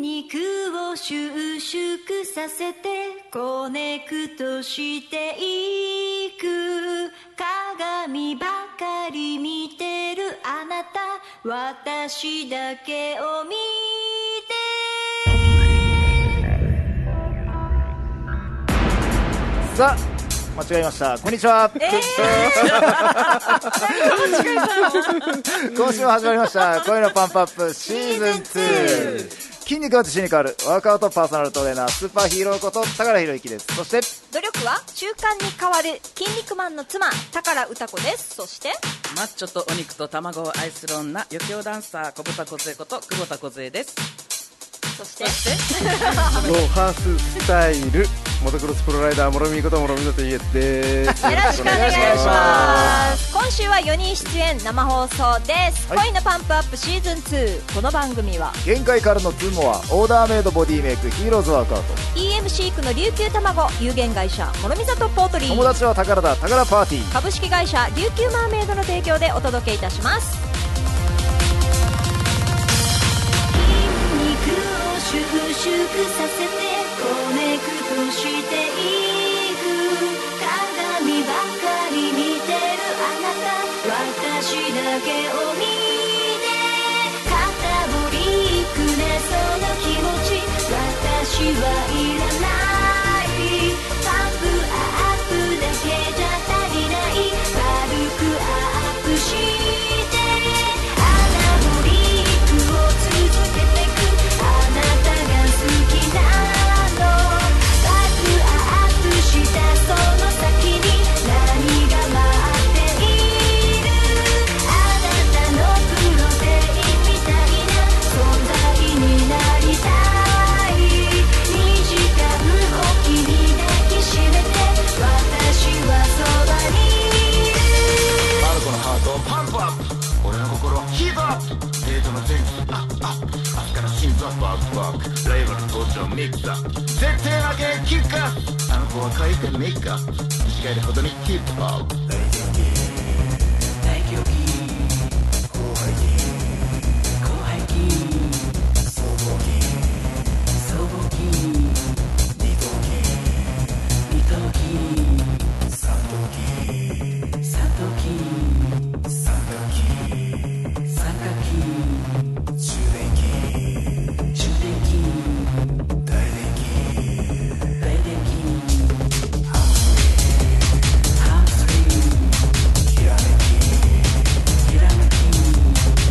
肉を収縮させてコネクトしていく鏡ばかり見てるあなた私だけを見てさあ間違えましたこんにちは、今週も始まりま した「声のパンプアップシーズン2」筋肉は自信に変わるワークアウトパーソナルトレーナースーパーヒーローこと高良博之ですそして努力は習慣に変わる筋肉マンの妻宝歌子ですそしてマッチョとお肉と卵を愛する女余興ダンサー小豚梢こと久保田梢ですそしてロハススタイルモトクロスプロライダー諸見こと諸見里家ですよろしくお願いします今週は4人出演生放送です、はい恋のパンプアップシーズン2この番組は限界からのズモアオーダーメイドボディメイクヒーローズワークアウト EM 飼育の琉球卵有限会社諸見里ポートリ友ー達は宝だ宝パーティー株式会社琉球マーメイドの提供でお届けいたします肉を収縮させてコネクトしていく鏡ばかり見てるあなた私だけを見て肩ぶりくねその気持ち私はいらないパンプアップだけじゃ足りない軽くアップしてアナボリックを続けてく「あなたが好きなの」「バクアップしたその先に何が待っている」「あなたのプロテインみたいな存在になりたい」「2時間おきに抱きしめて私はそばにいる」マルコのハートをパンプアップ俺の心をヒートアップデートの前日アップアップ明日から心臓バクバクライバル登場ミックスアップ絶対負けキックアップあの子は可愛くメイクアップ短いほどにキープアップ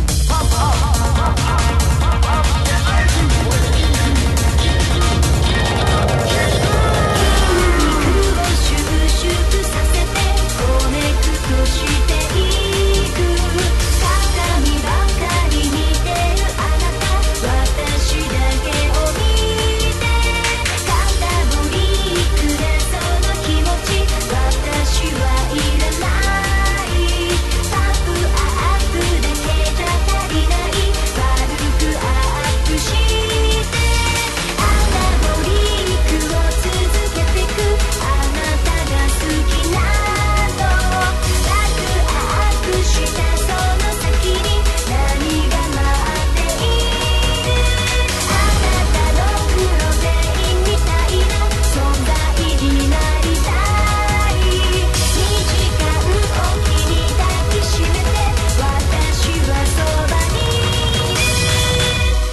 「シュクシュクさせてコネクトしていく」「鏡ばかり見てるあなた」「私だけを見て」「肩ぶりくれその気持ち」「私はいらない」「パップアップだけじゃ足りない」「軽くアップして」「アナボリックを続けてく」「あなたが好きなの」「バクアップしたその先に何が待っている」「あなたのプロテインみたいな存在になりたい」「2時間おきに抱きしめて私はそばにいる」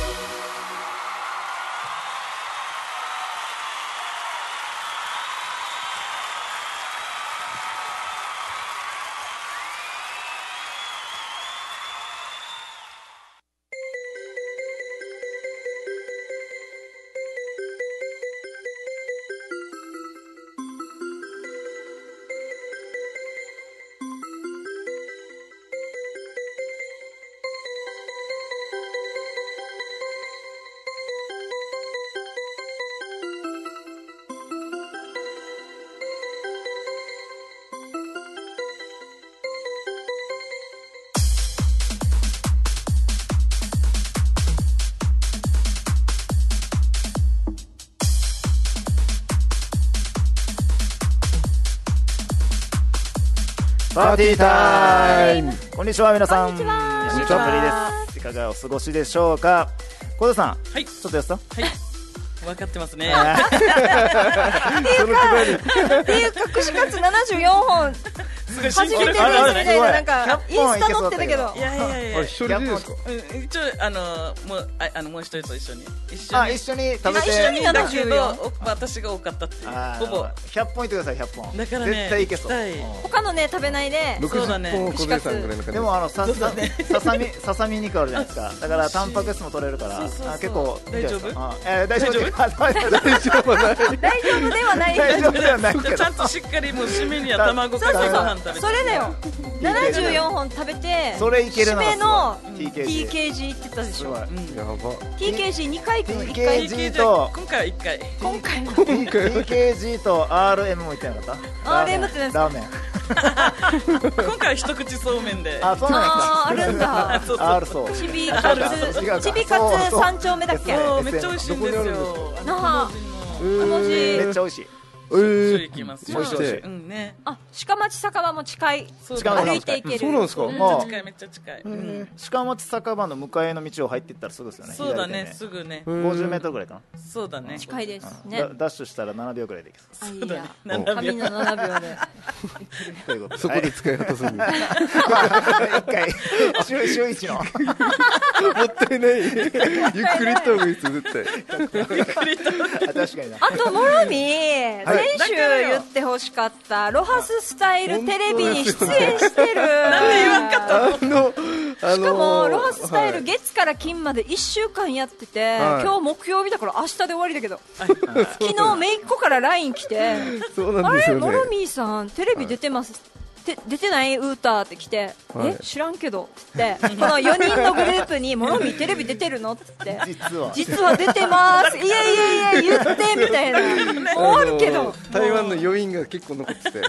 パーティータイムこんにちは皆さんこんにちはお久しぶりですいかがお過ごしでしょうか小田さん、はいちょっとやってたはい分かってますねそのくだりっていうか串カツ74本すごい初めてですみあれあれたいななんすかイごいンスタ載ってたけどいやいやいあやれ一人でですかうん一応あのもうああのもう一人と一緒に一緒あに一緒に食べてあ一緒にだけど74お私が多かったっていうあーほぼ100本いってください100本だからね絶対いけそう行きたいうん他のね食べないでそうだね60本を小杉さんぐらいの感じでもあのささささみささみ肉あるじゃないですか。だからタンパク質も取れるから、そうそうそうあ結構いいんじゃないですか。うんえー大丈丈夫夫。あ大丈夫。大丈夫はない大丈夫では ない大丈夫では ないけどちゃんとしっかりもう締めには 卵かけご飯食べてそれだよ74本食べてそれいけるな締めのすごい TKG TKG って言ったでしすょごい。やば TKG2 回行く1 TKG 回 TKG と今回は1回今回の TKG と RM も言ってなかった RM って何ですかラーメン今回は一口そうめんであそうあなーんであるんすだかそうそう R そうちびカツ違う かちびカツ三丁目だっけそうそうめっちゃ美味しいんですどよあのなあえ同じめっちゃ美味しい一緒ー行きますそしてうんねあ鹿町酒場も近いそう近いめ歩っいていけるそうなんですかちもゃう近いめっちゃ近いうん鹿町酒場の向かいの道を入っていったらすぐですよねそうだね左手すぐね50メートルぐらいかそうだね近いですな、ねだダッシュしたら7秒ぐらいで行けそあいそういだやね7髪秒の7秒でうということでそこで使い果たすんでもっはい 一回週週一のたい ないゆっくりした方がいいですよ絶対あ確かになあとモロミー、はい先週言ってほしかったロハススタイルテレビに出演してるなんで言わんかっあのあのしかもロハススタイルはい月から金まで1週間やってて、はい今日木曜日だから明日で終わりだけど昨日めいっ子から LINE 来てそうなあんですれよモねロミーさんテレビ出てます、て出てないウーターって来て、はいえ知らんけどってこの4人のグループにモロミーテレビ出てるのって言って実は実は出てますいやいやいや言ってみたいな終わるけあのど台湾の余韻が結構残っててえ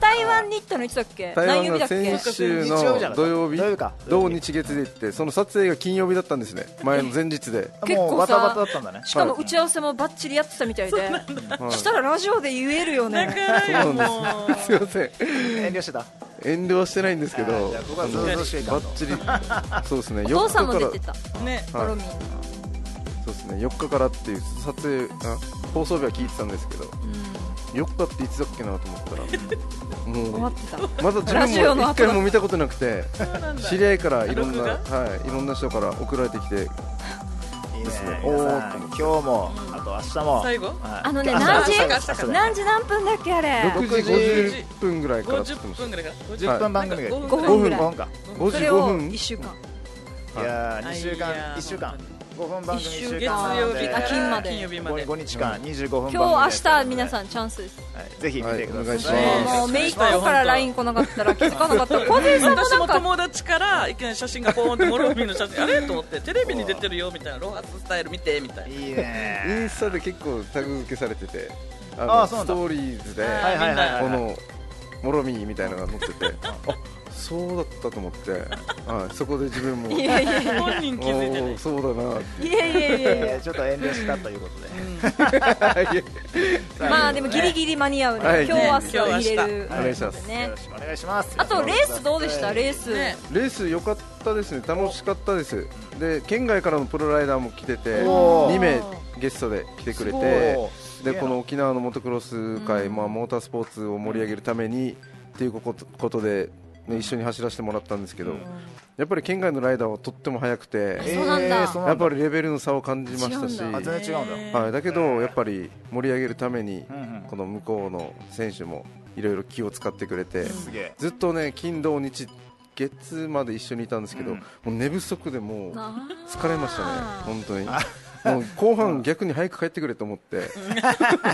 台湾に行ったのいつだっけ台何曜日だ湾のっけ先週日曜日じゃなかったの土曜日土曜日か同日月で行ってその撮影が金曜日だったんですね前の前日で結もう構バさタバタだったんだねしかも打ち合わせもバッチリやってたみたいではいしたらラジオで言えるよだかねらよそうなんもうすいません遠慮してた遠慮はしてないんですけどあーじゃあここはずうずうしいかバッチリそうですねお父さんも出て4日かたねモらはロいミーのそうですね4日からっていう撮影あ放送日は聞いてたんですけど4日っていつだっけなと 思ったら終もわうってたまだ自ラジオ分のも後一回も見たことなくて知り合いからいろんな、録はい、いろんな人から送られてきていいねですね皆おさーん今日もあと明日も最後はいあのね明日何明日明日時何時何分だっけあれ6時50分ぐらいからって言っ50てました分ぐらいか50 10分番組がなんかか5分ぐらい5分か5そ時れ5を分1週間いやー2はい週いや間ー1週間5分番組一週1週月間な曜の日でからあ金まで金曜日まで5日間25分番組今日明日皆んさんチャンスですぜひ見てくださいはいお願いしますもうメイクから LINE 来なかったら気づかなかった小泉さんも私なもんか友達からいきなり写真がポーンってモロミーの写真あれと思ってテレビに出てるよみたいなロハススタイル見てみたいないいインねスタで結構タグ付けされててああのーそうなんスだトーリーズでははいはいはいこはいのもろみみたいなのが載って てあそうだったと思って、はい、そこで自分 もいやいやい本人気づいておなーいそうだなってやいやいやいやえーちょっと遠慮したということでまあでもギリギリ間に合うはねい今日明日入れるお願いしますねよろしくお願いしますあとレースどうでしたレースねレース良かったですね楽しかったですで県外からのプロライダーも来てておー2名ゲストで来てくれすてごいすげえでなこの沖縄のモトクロス界、まあ、モータースポーツを盛り上げるためにっていうことことで、ね、一緒に走らせてもらったんですけど、やっぱり県外のライダーはとっても速くて、そうなんだえーそうやなっんぱだりレベルの差を感じましたし違うんあ全然違うんだはい、だけどやっぱり盛り上げるために、んうんこの向こうの選手もいろいろ気を使ってくれて、すげえずっとね金土日月まで一緒にいたんですけど、うんもう寝不足でもうあー疲れましたね本当にもう後半逆に早く帰ってくれと思って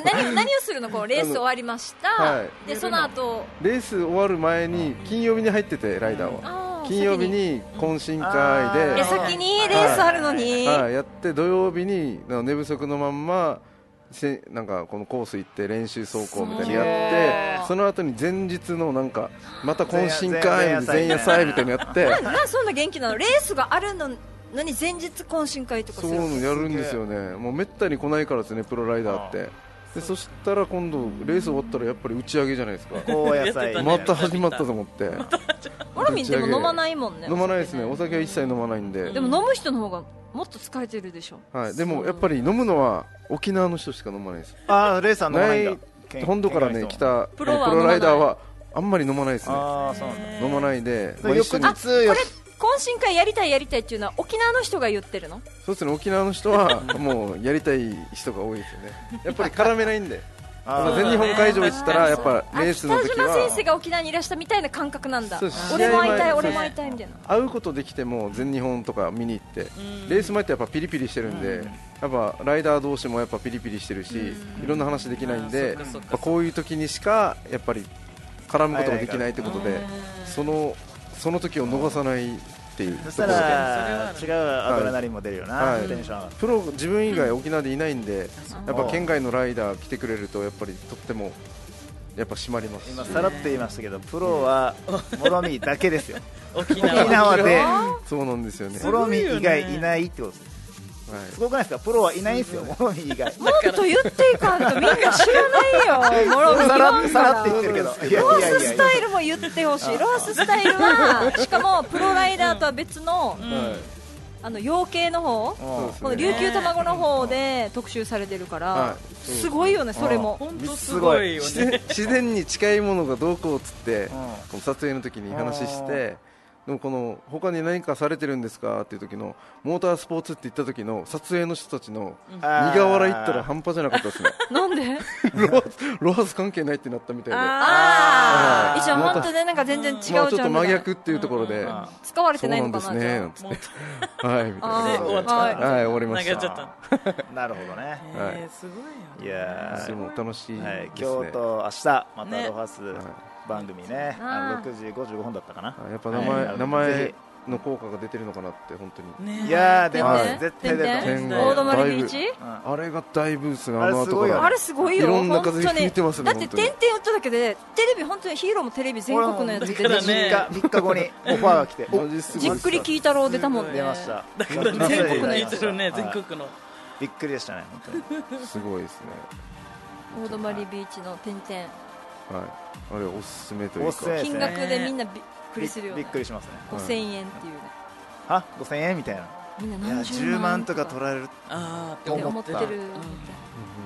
何何をするのこうレース終わりました、はいでその後レース終わる前に金曜日に入っててライダーあはー金曜日に懇親会うんでえ先にレースあるのに、はい、やって土曜日にあの寝不足のまんませなんかこのコース行って練習走行みたいにやすごっいてその後に前日のなんかまた懇親前会夜前夜祭みたいなのやって なそんな元気なのレースがあるののに前日懇親会とかすそうるいうのやるんですよねもうめったに来ないからですねプロライダーってでそしたら今度レース終わったらやっぱり打ち上げじゃないですか高野菜やってまた始まったと思ってオロミンでも飲まないもんね飲まないですねお酒は一切飲まないんででも飲む人の方がもっと疲れてるでしょはい、でもやっぱり飲むのは沖縄の人しか飲まないですああレイさん飲まないんだない本土からね来たプロはえー飲まないライダーはあんまり飲まないですねああそうなんだ飲まないでそまあれ一緒翌に日よこれ懇親会やりたいやりたいっていうのは沖縄の人が言ってるのそうですね沖縄の人は もうやりたい人が多いですよねやっぱり絡めないんであー全日本会場行ったらやっぱあレー北スの島時先生はが沖縄にいらしたみたいな感覚なんだそうです俺も会い試合たい前俺も会いたいみたいな会うことできても全日本とか見に行ってレース前ってやっぱピリピリしてるんでやっぱライダー同士もやっぱピリピリしてるしいろんな話できないんであーそっかそっかまあこういう時にしかやっぱり絡むことができないってことでそのその時を逃さないっていうそとしたころでら違うアドレナリンも出るよな、はいテンション上がるプロ自分以外沖縄でいないんで、やっあぱ県外のライダー来てくれるとやっぱりとってもやっぱ締まりますし今さらっと言いましたけどプロはモロミだけですよ沖沖縄縄でそうなんですよね、はモい、ロミ以外いないってことですすごくないですかプロはいないんですよモロミ以外もっと言っていかんとみんな知らないよモロミさらっンさらっかて言らってるけどいロやいーやいスやスいやタイルも言ってほしいローススタイルはしかもプロライダーとは別のあの養鶏の方うんこの琉球卵の方で特集されてるかはらいすごいよねそれも本当すごいよ自ね然自然に近いものがどうこうっつって、この撮影の時に話してでもこの他に何かされてるんですかっていう時のモータースポーツって言った時の撮影の人たちのあー苦笑いったら半端じゃなかったですねなんでロハスロハス関係ないってなったみたいであああー一応本当ねなんか全然違うジまあ、ちょっャンとル真だ逆っていうところで、あ使われてそうないなんのでかすなじねゃなんつって はいみたいあーなで終わっちはゃいったはい終わりましなんかちょったなるほどねた、はいえーすごいよいやそーれも楽しいですね、はい、京都、明日またねロハス番組ね、あの6時55分だったかな、あやっぱ名前,、はい名ぜ前の効果が出てるのかなって本当に、ねひいやー、でも、はい絶対出ると思う天ん狗大だ泊いビーぶチあれが大ブースあがれあのす後ごいよあれすごいよいろんな本当風に吹いてますねだって本当に点々打っただけでテレビ本当にヒーローもテレビ全国のやつ出て俺るもし、だね3日3日後にオファーが来て、マジすじごっいくり聞いたろう出たもんすごい出ねました、だか出らね全ました国のいてるはねい全国のびっくりでしたね、本当に、すごいですね大泊ビーチの点々はいあれおすすめというかおすすめです金ね、額でみんなびっくりするよびねっくりしますね、 5000円っていうねは5000円みたいな、みんないや何十10万万ととかっかて取られる、あーって思思っっててるたみたい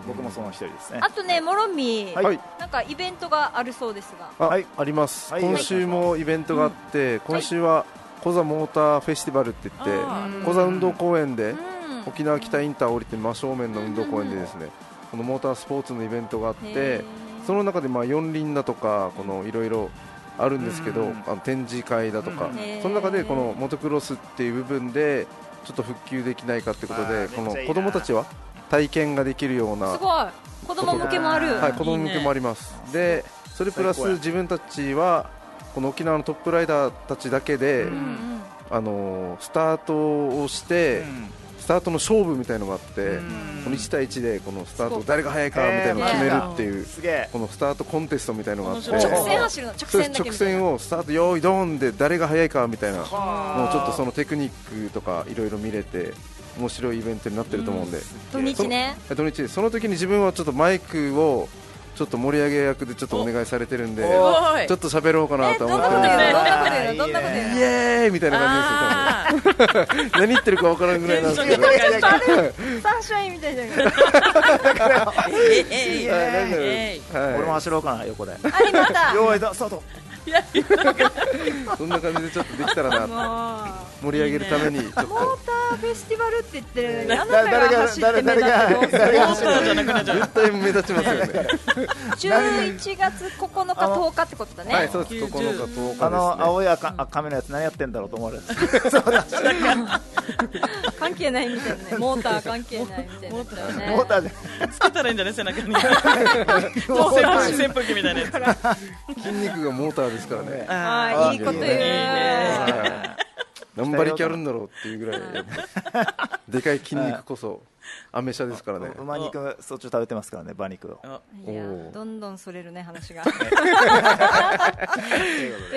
僕もその一人ですねなあ。とねモロミはいはいなんかイベントがあるそうですがあ,、はいあります、はい今週もイベントがあって、今週はコザモーターフェスティバルって言って、あーコザ運動公園で、うん沖縄北インター降りて真正面の運動公園でですね、このモータースポーツのイベントがあっへてーその中でまあ四輪だとかこのいろいろあるんですけど、うんあの展示会だとか、うんへーその中でこのモトクロスっていう部分でちょっと復旧できないかってことあーでこめっのちゃいいな子供たちは体験ができるようなすごい子供向けもあるはい、子供向けもありますでそれプラス最高や自分たちはこの沖縄のトップライダーたちだけで、うんうんあのースタートをして、スタートの勝負みたいのがあって、この1対1でこのスタート誰が速いかみたいなのを決めるっていう、すげえこのスタートコンテストみたいのがあって面白い直線走るの直そうで線すだけみ直たいな線をスタート用意ドンで誰が速いかみたいなもうちょっとそのテクニックとかいろいろ見れて面白いイベントになってると思うんで、土日ねえ土日その時に自分はちょっとマイクをちょっと盛り上げ役でちょっとお願いされてるんでちすょごいっと喋ろうかなえとどん思なっこてると言うのどんでんなことあ言うのどんなこと言うーのイエーイみたいな感あーじですよ多分何言ってるか分からんぐらいなんですけどテンション高いサンシャインみたいじゃんえいえいあーなんだろうえいはい俺も走ろうかな、横で。ありました よーい、どそうと。そんな感じでちょっとできたらな盛り上げるためにちょっモーとターフェスティバルって言ってるのにあな誰たがが、走って誰、目誰立が、って誰が走るそうじゃなくなっちゃう絶対目立ちますよね11月9日10日ってことだね、はいそうです9日10あの日青い赤赤目のやつ何やってんだろうと思われる関係ないみたいなねモーター関係ないみたいなやつだよねモーターでつけたらいいんじゃない背 中にどうせ扇風機みたいなやつですね筋肉がモーターですからねあーいいこと言ういいねはい何馬力あるんだろうっていうぐらいでかい筋肉こそアメ車ですからね馬肉そっちを食べてますからね馬肉をいやおうどんどんそれるね話がとい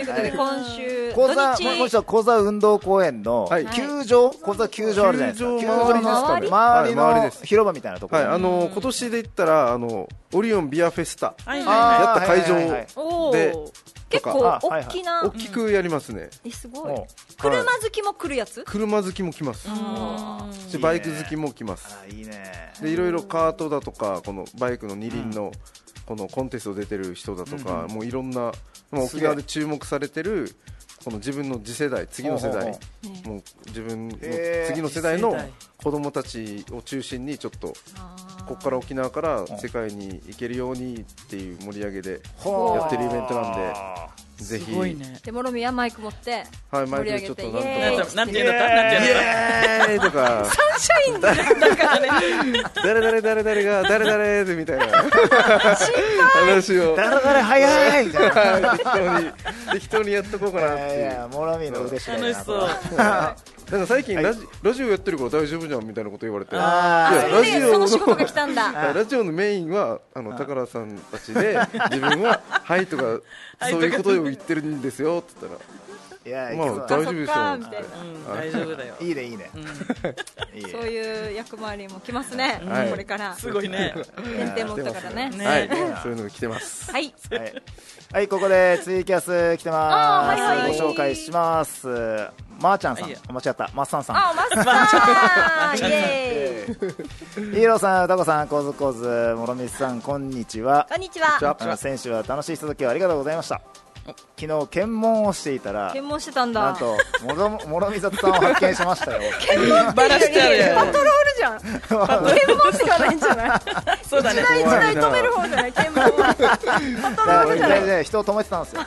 うことで今週小土座もう一日度小座運動公園のはい球場小座球場あるじゃないですか球球場場の周りですか周りねはい周りのです広場みたいなとこはい、ろあの今年で言ったらあのオリオンビアフェスタはいはいあはやった会はいはいはい場おおでと結か構あは大いはいきな、大きくやりますね、えすごいもう車好きも来るやつ、車好きも来ますあしバイク好きも来ますあいいねでいろいろカートだとかこのバイクの二輪のこのコンテスト出てる人だとか、もういろんな、まあ、す沖げえ縄で注目されてるこの自分の次世代次の世ほうほう代ほもう自分のへえ次の世代の次世代子供たちを中心にちょっとーここから沖縄から世界に行けるようにっていう盛り上げでほうやってるイベントなんでぜい。ひ、すごいね。でモロミはマイク持ってはいマ盛イり上げクでちょってとイエなんとかーイなんていうのか、なんてイいうのか。エーイとかサンシャインだ誰誰誰誰が誰誰でみたいな話をだらだら早 いみたいな適当に適当にやっとこうかなっていいうやいやモロミーの腕次第だ楽なしそう。なんか最近ラジ,、ラジオやってるから大丈夫じゃんみたいなこと言われてあーいやそラれでジそオのの仕 事が来たんだラジオのメインはあの宝さんたちで自分は「はい」とかそういうことを言ってるんですよって言っいやたいら「まあや大丈夫でしょあう」そっかみたいっうん、大丈夫だよ。いいね いいねいいねそういう役回りも来ますね、はいこれからすごいね。限定持ったからねてねはいそういうのが来てますはいはい、はい、ここでツイキャス来てます、あーはいはいご紹介しますまー、ちゃんさんはいよ間違ったまっさんさんあマスターイエーイヒーローさん、歌子さん、コズコズ、諸ろさん、こんにちはこ。んにちはじゃあの選手は楽しいひとときをありがとうございました。昨日検問をしていたら、検問してたんだなんと諸ろ諸見里さんを発見し ましたよ。 バラしちゃうパトローよ。ルじゃん検問しかないんじゃないそうだね。一台止める方じゃない検問はパトロールじゃないでで人を止めてたんですよ。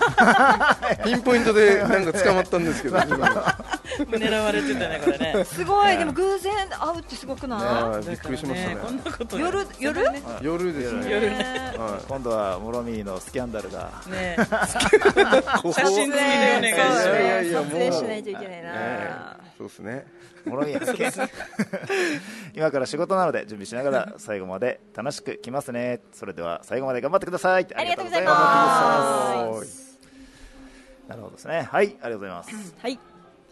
ピンポイントでなんか捕まったんですけど今は狙われてたね、これね。すごいでも偶然会うってすごくないいびっくりしましただからこんねなこと。夜夜夜ですね夜ね。ねは今度は諸見のスキャンダルが。 ねい写真付きでお願いしまいす。やいやい撮やもう影しないといけないえなえそうですね諸見発見。今から仕事なので準備しながら最後まで楽しく来ますね。それでは最後まで頑張ってください。ありがとうございありがとうございま。ますなるほどですね。はい、ありがとうございます。はい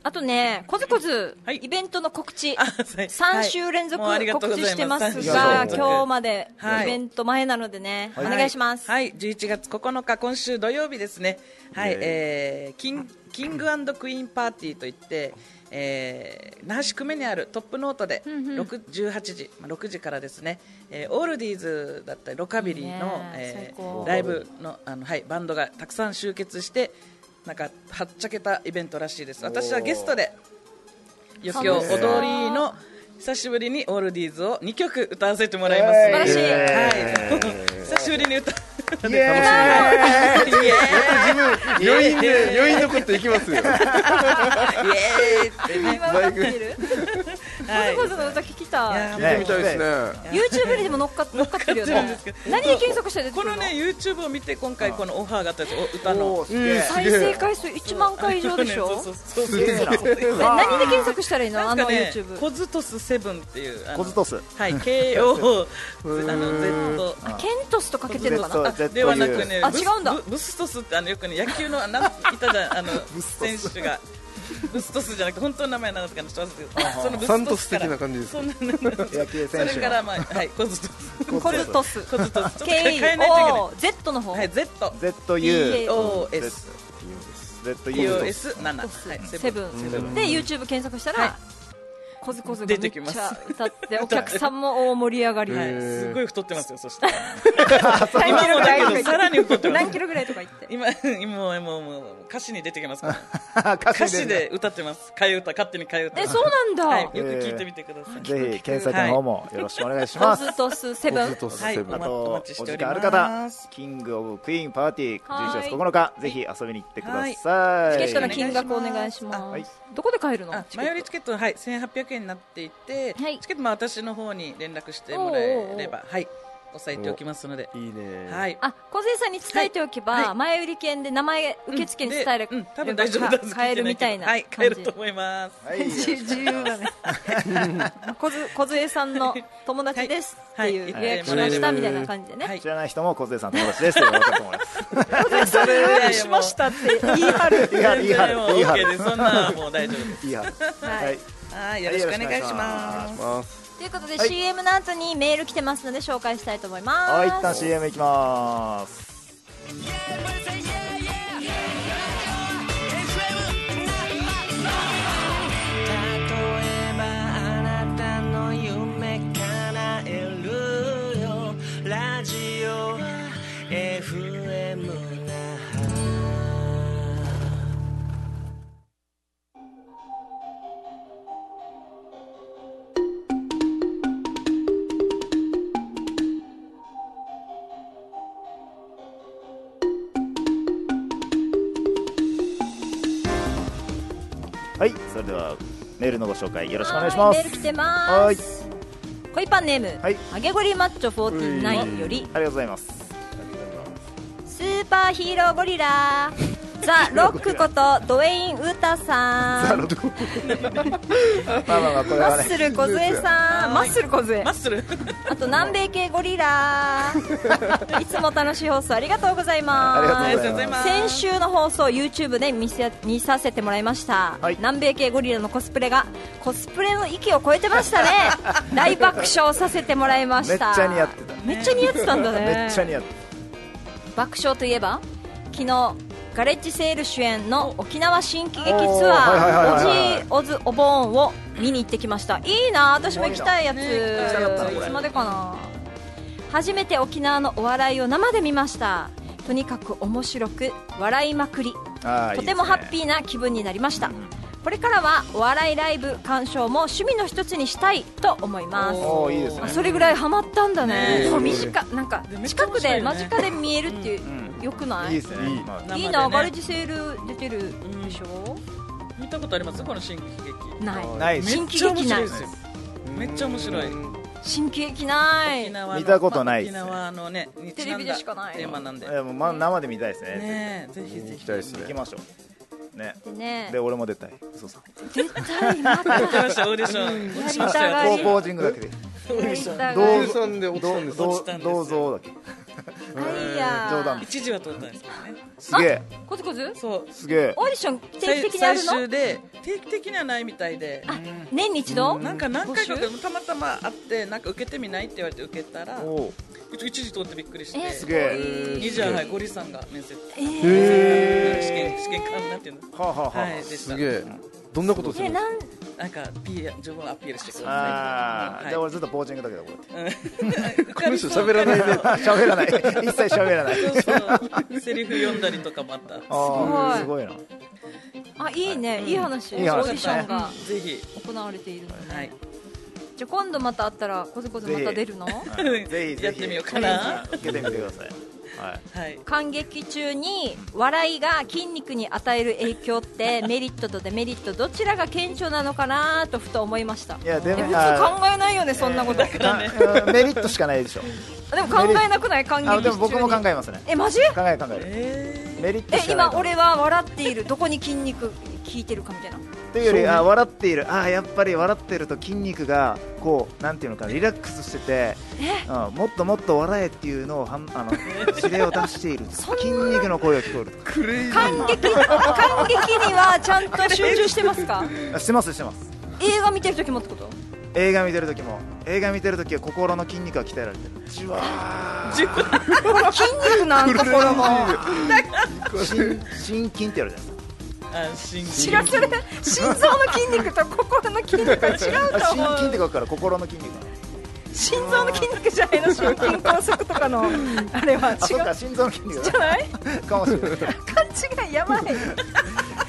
あとねコズコズはいイベントの告知あはい3週連続もうありがとう告ござい知してます三週が連続今日まではいイベント前なのでねおい願いしますはい、はい11月9日、今週土曜日ですね、はいイエーイえーキンキングクイーンパーティーといって、えー那覇市久米にあるトップノートで6 18時、まあ、6時からですね、えーオールディーズだったりロカビリーのいいね最え高ーライブのあの、はい、バンドがたくさん集結して、なんかはっちゃけたイベントらしいです。私はゲストで余興楽しそう踊りの久しぶりにオールディーズを2曲歌わせてもらいますので、素晴らしいはい、久しぶりに歌う。イエイエーイ余韻で余韻残っていきますよイエーイってね今歌っているコズコはズの歌聞きたいいねや見てみたいですね YouTube にでも乗っかっ乗っかってるよ乗っかねってるんですけど何で検索したら出てこくるののね YouTube を見て今回このオファーがあったんですよお歌おーのすげえ再生回数1万回以上でしょ そうそうそうすげえなえ何で検索したらいいのなあんかのね YouTube コズトスセブンっていうあのコズトス。はい KO あの Z あケントスとかけてるのかな Z- Z ではなくねあブス違うんだブブストスってあのよくね野球のあなんいたじゃんあの選手がブストスじゃなくて本当の名前なんだったかなちょっと忘れたけどそのブサスントトススか的らな感じですそんななん野球そ選れ手のからまあはいコズトスコルトスコズトスちょっと変えないといけない KEOZ の方はい Z ZU OS ZU EOS 7はいセブンで YouTube 検索したらコズコズがめっちゃ歌ってお客さんも大盛り上がりはいへーすごい太ってますよそして何今もだけキロぐらいどさらに太ってます何キロぐらいとか言って今今もうもうもう歌詞に出てきますから歌 歌詞で歌ってます替え歌勝手に替え歌えそうはなんいだよく聞いてみてくださいぜひ検索の方もよろしくお願いしまコすズトスセブンずっとはいセブンあおと待ちしおてお時り間あまする方キングオブクイーンパーティーは11い月9日ぜひ遊びに行ってくださいゲストの金額お願いしますどこで買えるのあ前売りチケットはい1800円になっていて、はいチケットも私の方に連絡してもらえればはい押さえておきますのでいいねはいあ小杉さんに伝えておけば、はいはい前売り券で名前受付に伝えれば、うん、多分大丈夫だ買えるみたいなはい感買えじると思いますはい自自由だね小津小津江さんの友達ですっていうはい予約しましたみたいな感じでね、はい知らない人も小杉さん友達ですよろしくお願いします予予約しましたって言い張るいいはるいいはる全然もう OK ですそんなもう大丈夫ですいいはずはいはいはい、よろしくお願いしまお願いすし。ますということで、はい CM の後にメール来てますので紹介したいと思いますはい、一旦 CM いきます。例えばあなたの夢叶えるよラジオは FM はい、それではメールのご紹介よろしくお願いしはまメすール。来てますはい、コイパンネーム、はい揚げゴリマッチョ49よありりがとうございます。スーパーヒーローゴリラザ・ロックことドウェイン・ウータさんマまあまあまあこれはッね、スル小杖さんマッスル小杖マッスルあと南米系ゴリラ いつも楽しい放送ありがとうございありますがとうございます。先週の放送 YouTube で見せ見させてもらいました、はい南米系ゴリラのコスプレがコスプレの域を超えてま したね大爆笑させてもらいましためっちゃ似合ってためっちゃ似合ってたんだねめっちゃ似合って爆笑といえば昨日ガレッジセール主演の沖縄新喜劇ツおーはいはアいはいはいー「オジーオズお盆」を見に行ってきましたいいな私も行きたいやつ、行きたかったなこいれつまでかな初めて沖縄のお笑いを生で見ましたとにかく面白く笑いまくりた。あーとてもハッピいいですねーな気分になりました、これからはお笑いライブ鑑賞も趣味の一つにしたいと思いますおーいいですねあ。それぐらいハマったんだね、ねもう短なんかでめっちゃ近面く白いでよ間ね近で見えるっていう、うんよくないいいいい,、ですね。いいまあ生でねなガレージセール出てるでしょ、見たことありますこの新喜劇ないないです新めっ喜ちゃ面劇な白いいですよめっちゃ面白い新喜劇ない沖縄の見たことないですまあ沖縄のねテレビでしかないテーマなんでいやもうま生で見たいですね。ねえぜひぜ行きひたいです行きねましょう。ね。でねで俺も出たい。そうそう。絶対またやってましたオーディション落ちましたやりたがよりねこうポージングだけで。やりたが どうおるじさんで落ちたんですど落うちたんですよどうぞだけ。はいや冗談一時は通ったんですけどねすげえコツコツそうすげえオ。ーディション定期最的にあ最るの終で定期的にはないみたいであ年に一度なんか何回か募集たまたまあってなんか受けてみないって言われて受けたらおおうち一時通ってびっくりして、えすげえ。二十はいゴリさんが面接、えーへ試験試験官なんていうのはあはあはあはいでしすたげえどんなことすねるんですなんなんか P 自分をアピールしてくださいああ、じゃあは俺ずっとポージングだけどこい、この人喋らないでうやって 喋らない。一切喋らない。そうそうセリフ読んだりとかもあったああ、すすごいな。あいいねいい話いい話オーディションがぜひ行われているのねはいじゃあ今度またあったらコツコツまた出るのはいぜひぜひやってみようかな受けてみてください。はい。はい感激中に笑いが筋肉に与える影響 ってメリットとデメリットどちらが顕著なのかなとふと思いましたいやでもえ普通考えないよねそんなこと、 なうんメリットしかないでしょ。でも考えなくない感激中あ、にでも僕も考えますね。えマジ考える考ええる。メリットえしかない今と思う。俺は笑っているどこに筋肉効いてるかみたいなというよりあ笑っている。あ、やっぱり笑ってると筋肉がこうなんていうのかなリラックスしてて、うんもっともっと笑えっていうのをは んあの指令を出している。筋肉の声が聞こえるとか。感 激感激にはちゃんと集中してます かあしてますしてます。映画見てる時もってこと映画見てる時も映画見てる時は心の筋肉が鍛えられてる。じわー。これ筋肉なんかこれも心心筋ってやるじゃないですか。ー、安心知らそれ心臓の筋肉と心の筋肉は違うとあ思心う筋って書くから心の筋肉。心臓の筋肉じゃないの心筋梗塞とかのあれは違うあ、そっか心臓の筋肉じだゃないかもしれない。勘違いやばいいやいや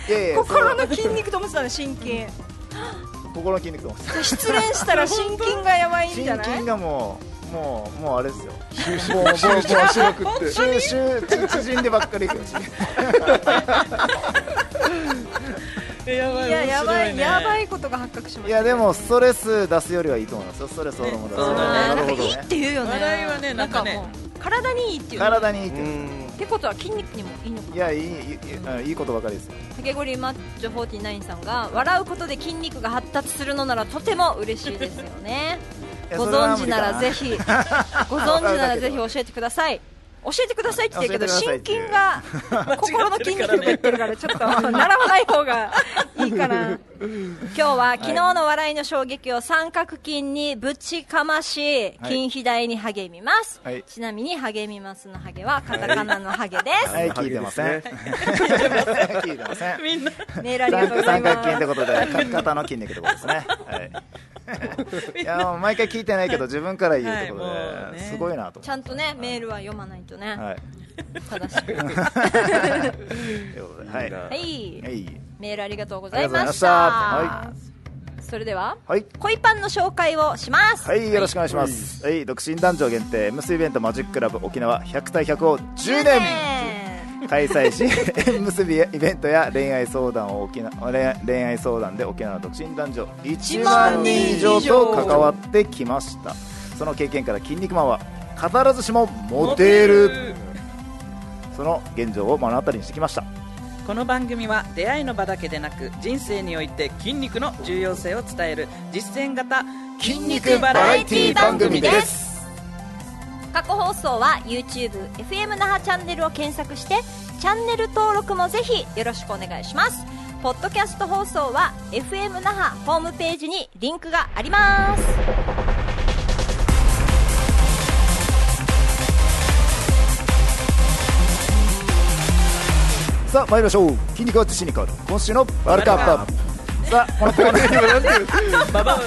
それは心の筋肉と思ってたの心筋心の筋肉と思ってた失恋したら心筋がやばいんじゃ心ない筋がもうもうもうあれですよかもうもうもうしまく って収集縮んでばっかりいくよやばいいややばいやばいいことが発覚しまいしたやでもストレス出すよりはいいと思いますよストレスをも出すよりそうあーだねなんかいなるほいどっねて言うよね笑いはねなんかねもう体にいいっていうっ体にいいってういうんてことは筋肉にもいいのかいやいいいいうんいいことばかりですよ竹ゴリマッチョ49さんが笑うことで筋肉が発達するのならとても嬉しいですよね いやごそれは存無知理なからぜ ひご存知ならぜひ教えてください教えてくださいって言うけど教心えて筋くがさいって 心の筋肉とか言ってるからちょっと習わない方がいいかな今日は昨日の笑いの衝撃を三角筋にぶちかまし筋肥大に励みます、はいちなみに励みますのハゲはカタカナのハゲではい、聞いてません。 聞いてません。みんなす、メールありがとう三ございま三角筋ってすことで、肩の筋肉ってことですね。 はい。いや、もう毎回聞いてないけど、自分から言うってことはいもうで、ねすごいなとち。ゃんとねメールは読まないとね、はい。正しくということで、はい。ははいいい。メールありがとうごあざりいがとうまございまししたた。は。それではいはい。恋パンの紹介をします、はい、よろしくお願いします。はい、独身男女限定 MC イベントマジックラブ沖縄100対100を10年開催し、 縁結びイベントや恋愛相談を沖縄恋愛恋愛相談で沖縄の独身男女1万人以上と関わってきました。その経験から筋肉マンは必ずしもモテるその現状を目の当たりにしてきました。この番組は出会いの場だけでなく人生において筋肉の重要性を伝える実践型筋肉バラエティ番組ですす過去放送は YouTubeFM 那覇チャンネルを検索してチャンネル登録もぜひよろしくお願いしますポッドキャスト放送は FM 那覇ホームページにリンクがありますさあ参りましょう筋肉は自信に変わる今週のバルカップさあこのコーナーババさ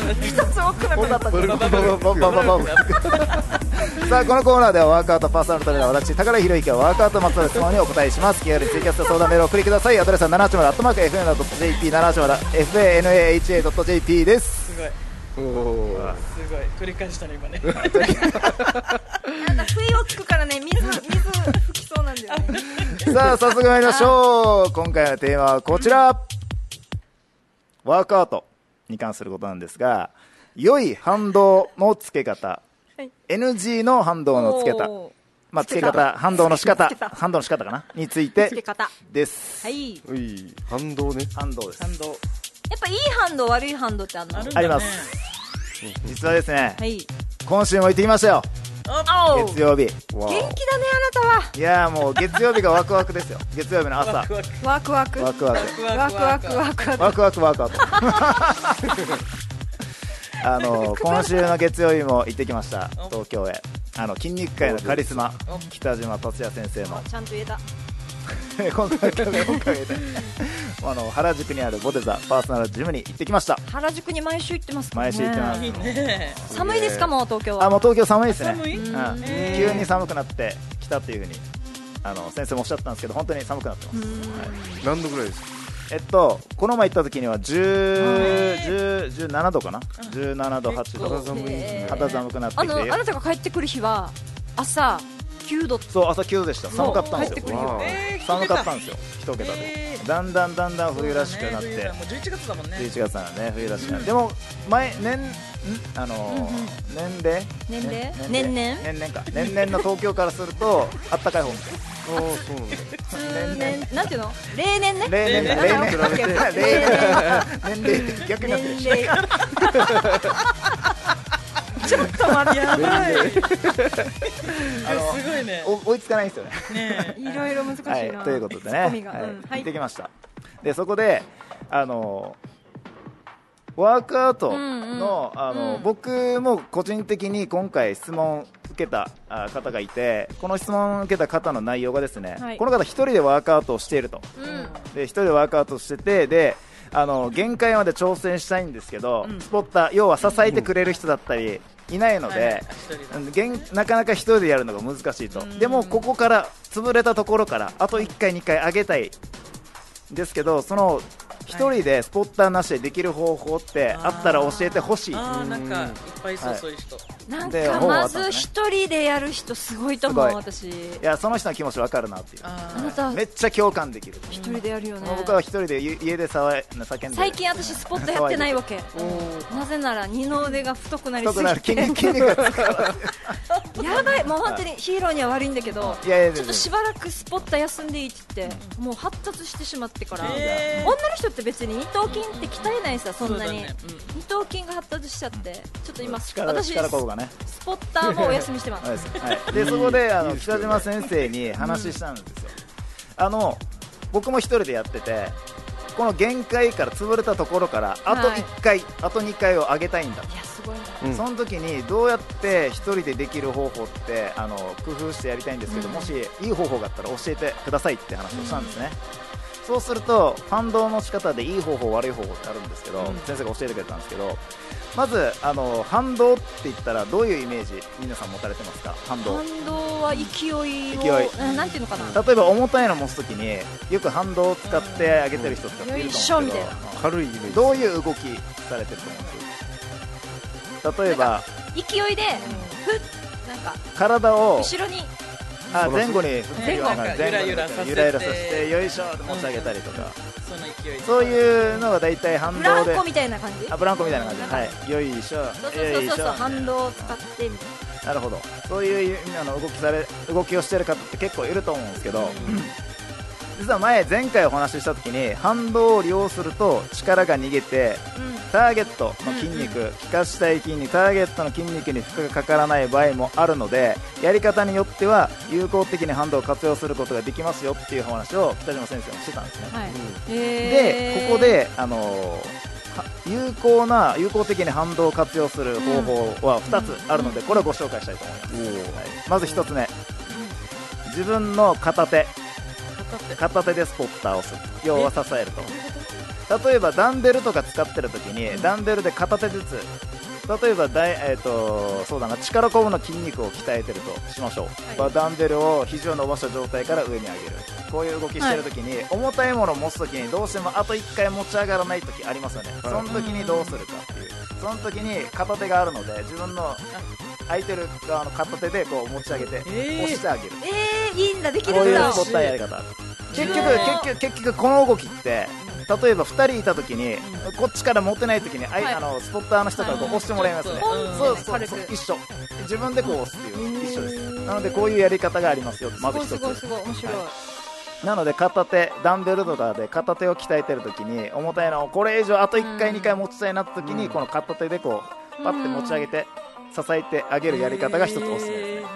あこのコーナーではワークアウトパーソナルトレーナー私宝井宏之がワークアウトマスターの質問にお答えします気軽にツイキャスト相談メールをお送りくださいアドレスは78までアットマーク FNA.jp 78まで FANAHA.jp ですすごいおおーすごい繰り返したね今ねなんか不意をつくからね水水吹きそうなんだよねさあ早速参りましょう今回のテーマはこちらワークアウトに関することなんですが良い反動のつけ方はい NG の反動のつけたおーまあ、つけつけ方、反動の仕方つけた、反動の仕方かな、についつけて方です。はいやうい反動ね反動です。感動っぱいい反動悪い反動ってあるのあるんだあねります実はですね、はい今週も行ってきましたよ、お月曜日。元気わーだねあなたはいやーもう月曜日がワクワクですよ、 月曜日の朝、ワワクワクワクワククワク、クワクワクワクワクワクワクワクワク。 あの今週の月曜日も行ってきました、東京へ。あの筋肉界のカリスマお、北島達也先生の ちゃんと言えた今回今回で あの原宿にあるボデザパーソナルジムに行ってきました。原宿に毎週行ってますからね毎週行ってますいいね寒いですかもう東京はあもう東京寒いですね寒いうんへー急に寒くなってきたっていうふうにあの先生もおっしゃったんですけど本当に寒くなってます、はい何度ぐらいですかえっとこの前行った時には10 10 17度かな17度8肌度寒いですねへー肌寒くなってあきのてあなたが帰ってくる日は朝9度そう朝9度でした寒かったんです帰ってくよるわーえー寒かったんですよ一桁へでーだんだんだんだん冬らしくなっそうだね冬てだもう11月だもんね11月なんでね冬らしくなってでも前年んあの年齢年齢ね年々年々か年々の東京からするとあったかい方みたいああそうな通んだ年なんていうの例年ね例年例だ年例だ年から例年 年齢って逆になってる年齢やばいあのすごいねお追いつかないんですよねねいろいろ難しいな、はいということツでッコミねがはいうんはい行ってきましたでそこであのワークアウトのあのうん僕も個人的に今回質問受けたあ方がいてこの質問を受けた方の内容がですねはいこの方一人でワークアウトをしているとうんで一人でワークアウトしててであの限界まで挑戦したいんですけど、スポッター要は支えてくれる人だったりいないので、うん限なかなか一人でやるのが難しいと、でもここから潰れたところからあと1回2回上げたいんですけどその一人でスポッターなしでできる方法ってあったら教えてほしいああなんかいっぱいそうそういう人なんでか本はまあったんずですね一人でやる人すごいと思うすごい私いやその人の気持ち分かるなっていうああなためっちゃ共感できる、一人でやるよね僕は一人で家家で騒い叫んで最近私スポットやってないわけなぜなら二の腕が太くなり太す くなるぎ筋て肉 筋肉がつくやばいもう本当にヒーローには悪いんだけどいやいやいやちょっとしばらくスポッタ休んでいいって言ってもう発達してしまってからー女えの人って別に二頭筋って鍛えないさそんなにそうだねうん二頭筋が発達しちゃってちょっと今力私力こぶがねスポッターもお休みしてま はすいはい、でそこであの北島先生に話したんですよ、あの僕も一人でやっててこの限界から潰れたところからあと1回、あと2回を上げたいんだいやすごいなうんその時にどうやって一人でできる方法ってあの工夫してやりたいんですけど、うんもしいい方法があったら教えてくださいって話をしたんですね、そうすると反動の仕方でいい方法悪い方法ってあるんですけど、先生が教えてくれたんですけどまずあの反動って言ったらどういうイメージ皆さん持たれてますか反動反動は勢いを勢いうんなんていうのかな例えば重たいの持つ時によく反動を使って上げてる人とかっていよると思うんですけいしょみたいなど軽いイメージどういう動きされてると思います例えば勢いでふっなんか体を後ろにあ前後に振前後前後にゆらゆらさせてゆらゆらさせてよいしょって持ち上げたりとか、その勢いそういうのが大体反ブラ動ンでコみたいな感じあブランコみたいな感じうんはいよいしょそうそうよそういしそょうそう反動を使ってみたいなるほどそういうあの動きされ動きをしてる方って結構いると思うんですけど実は前前回お話しした時に反動を利用すると力が逃げてなうんターゲットの筋肉、気化したい筋肉ターゲットの筋肉に負荷がかからない場合もあるのでやり方によっては有効的に反動を活用することができますよっていうお話を北島先生もしてたんですね、はいでへーここで、あのーは有効な有効的に反動を活用する方法は2つあるので、これをご紹介したいと思います、はいまず1つ目、自分の片手片手でスポッターをする要は支えると例えばダンベルとか使ってる時にダンベルで片手ずつ例えばだい、えー、とそうだな力こぶの筋肉を鍛えてるとしましょう、はいダンベルを肘を伸ばした状態から上に上げるこういう動きしてる時に、重たいものを持つ時にどうしてもあと1回持ち上がらない時ありますよね、はいその時にどうするかっていうその時に片手があるので自分の空いてる側の片手でこう持ち上げて、ー押してあげるえーいいんだできこるうんいうだスポッターやり方結局うわ結局結局この動きって例えば2人いた時にこっちから持てない時にあいはいあのスポッターの人からこう押してもらいますよねポンってそねうそうそう軽く一緒自分でこう押すっていう一緒でへすーなのでこういうやり方がありますよますずごいすごいす1つごい面白い、はなので片手ダンベルとかで片手を鍛えてる時に重たいのをこれ以上あと1回2回持ちたいなって時にこの片手でこうパッて持ち上げて支えてあげるやり方が1つおすすめですね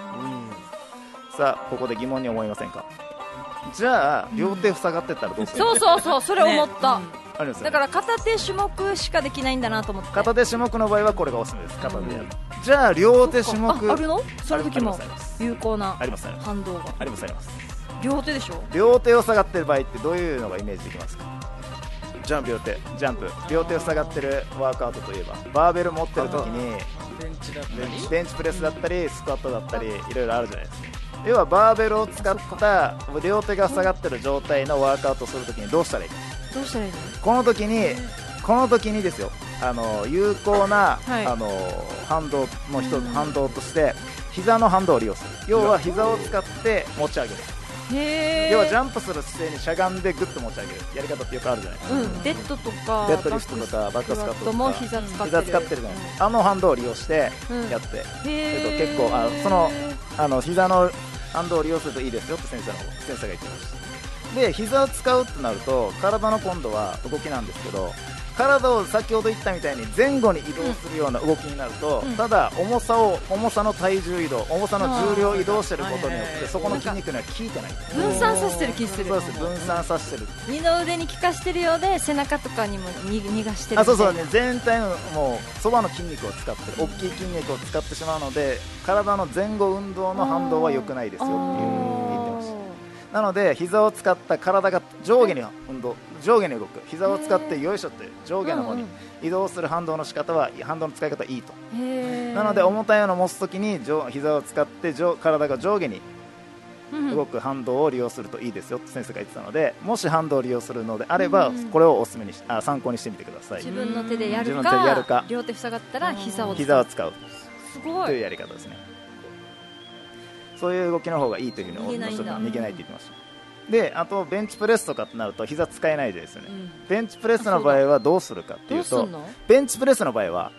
さあここで疑問に思いませんかじゃあ両手塞がってったらどうするそうそうそうそれ思った、ありますよねだから片手種目しかできないんだなと思って片手種目の場合はこれがおすすめです片手でやるじゃあ両手種目ああるのその時もあります有効なありますあります反動がありますあります両手でしょ両手を下がってる場合ってどういうのがイメージできますかジャンプ両手ジャンプ両手を下がってるワークアウトといえばバーベル持ってる時にベンチだったりベンチプレスだったりスクワットだったりいろいろあるじゃないですか要はバーベルを使った両手が下がってる状態のワークアウトするときにどうしたらいいかどうしたらいいのこの時にこの時にですよあの有効な、はいあの反動の一つ反動として膝の反動を利用する要は膝を使って持ち上げる、へえ要はジャンプする姿勢にしゃがんでグッと持ち上げるやり方ってよくあるじゃないですか、うん、デッドとかデッドリフトとかバックスカットとかも膝使ってる膝使ってるじゃないですかあの反動を利用してうんやって、へえっーと結構あそのあの膝の反動を利用するといいですよって先生の方先生が言ってましたで膝を使うとなると体の今度は動きなんですけど体を先ほど言ったみたいに前後に移動するような動きになると、うんただ重さを重さの体重移動重さの重量移動してることによあーはいはいっはていそこの筋肉には効いてない分散させてる気するそうです分散させてる二の腕に効かしてるようで背中とかにもに逃がしてるあそうそうみね全体のもうそばの筋肉を使ってる大きい筋肉を使ってしまうので体の前後運動の反動は良くないですたよっいなていう言ってましたなので膝を使った体が上下に運動上下に動く膝を使ってよいしょって上下の方にうん移動する反動の仕方は反動の使い方はいいとあーへーなので重たいのを持つときに上膝を使って上体が上下にうんうん動く反動を利用するといいですよって先生が言ってたのでもし反動を利用するのであればうんこれをおすすめにしあ参考にしてみてください自分の手でやる自分の手かでやるか両手塞がったら膝を膝を使うすごといういやり方ですねそういう動きの方がいいというふうに逃げないんだおっしゃってた逃げないって言ってましたであとベンチプレスとかってなると膝使えないですよね、ベンチプレスの場合はどうするかってどいううすとんのベンチプレスの場合は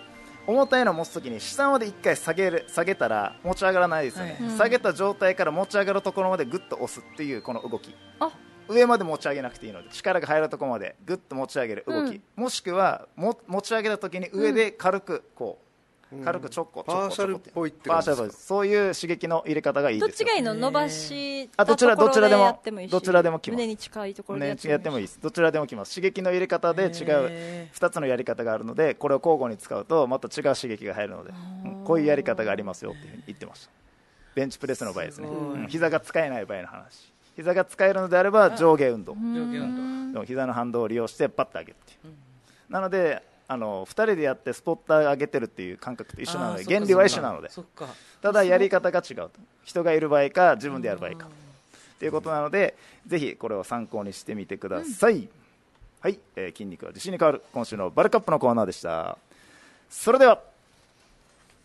重たいのを持つときに下まで1回下げる下げたら持ち上がらないですよね、はい下げた状態から持ち上がるところまでグッと押すっていうこの動きあ上まで持ち上げなくていいので力が入るところまでグッと持ち上げる動き、うんもしくはも持ち上げたときに上で軽くこう、軽くちょこちょこパーシャルっぽいってパ感ーシじャでルっぽいすでかすそういう刺激の入れ方がいいどっですちよがいいの伸ばしあどちらたところどちらでもやってもいいしどちらでも来ます胸に近いところでねやっ、てやってもいいですどちらでも来ます刺激の入れ方で違うへ2つのやり方があるのでこれを交互に使うとまた違う刺激が入るのでうんこういうやり方がありますよっていうふうに言ってましたベンチプレスの場合ですねすごいうん膝が使えない場合の話膝が使えるのであれば上下運動上下運でも膝の反動を利用してパッと上げるっていう、なのであの2人でやってスポッター上げてるっていう感覚と一緒なのあーそでっか原理は一緒なのでそっかただやり方が違うと人がいる場合か自分でやる場合かということなのでぜひこれを参考にしてみてください、はい、えー筋肉は自信に変わる今週のバルカップのコーナーでしたそれでは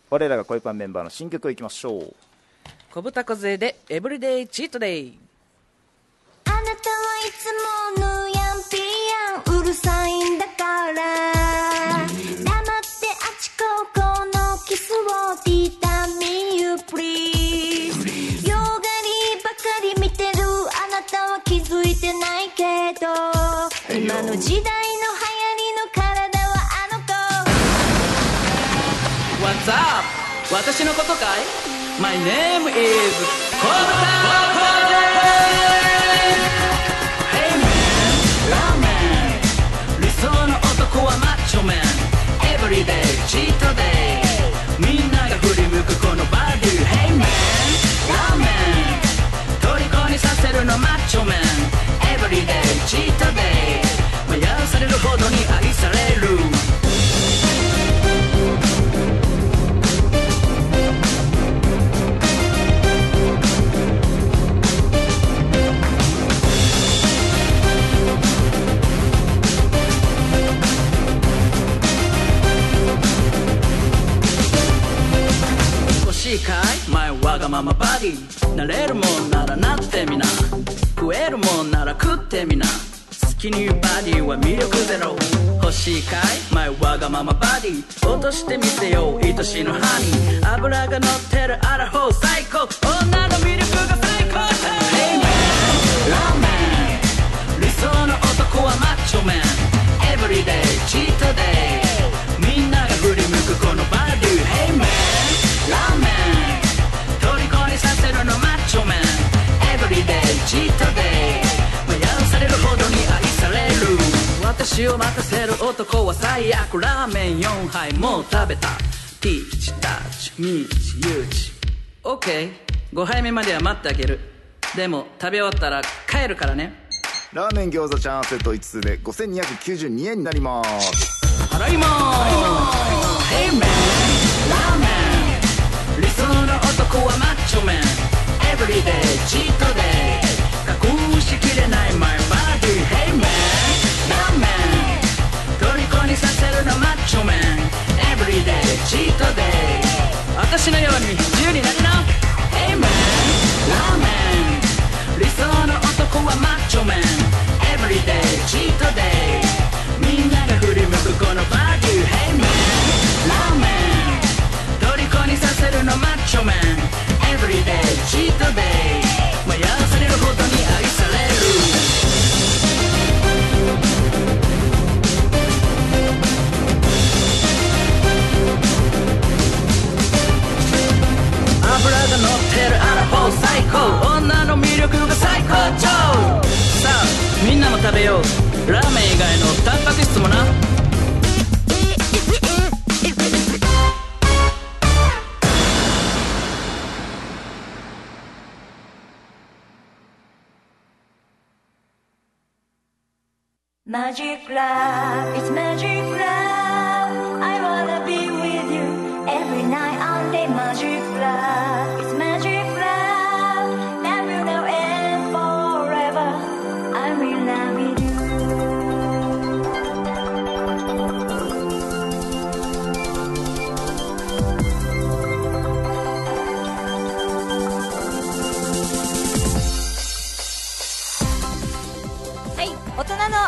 我らが恋パンメンバーの新曲いきましょう小豚小杖でエブリデイチートデイあなたはいつもぬやんぴやんうるさいんだから黙ってあちこちのキスを t タ m e you please 洋がりばかり見てるあなたは気づいてないけど今の時代の流行りの体はあの子 What's up? 私のことかい ?My name is コブタコブ Hey man, ラーメン理想の男はマッチョメン Everyday, cheat day みんなが振り向くこのバディ Hey man, ラーメン虜にさせるのマッチョメン Everyday, cheat day 迷わされるほどに愛される欲しいかい前わがままバディなれるもんならなってみな食えるもんなら食ってみな好きにバディは魅力ゼロ欲しいかい前わがままバディ落としてみせよう愛しのハニー脂が乗ってるアラフォー最高女の魅力が最高 Hey man ラーメン理想の男はマッチョメン Everyday チートデイみんなが振り向くこのバディ Hey man ラーメン虜にさせるのマッチョメン Everyday チートデイ迷わされるほどに愛される私を待たせる男は最悪ラーメン4杯もう食べたピーチタッチミーチユーチ OK5 杯目までは待ってあげるでも食べ終わったら帰るからねラーメン餃子チャーハンセット5つで5292円になります払いまーす Hey man ラーメン理想の男はマッチョメン Everyday チートデイ隠しきれない my body Hey man ラーメン虜にさせるのマッチョメン Everyday チートデイ私のように自由になりな Hey man ラーメン理想の男はマッチョメン Everyday チートデイみんなが振り向くこのバディ Hey man ラーメン虜にさせるのマッチョメン Everyday チートデイ迷わされるほどに愛される脂が乗ってるアラフォー最高女の魅力が最高潮さあみんなも食べようラーメン以外のタンパク質もなマジックラブ It's magic love I wanna be with you Every night only magic love It's magic love Love you now and forever I'm in love with you はい大人の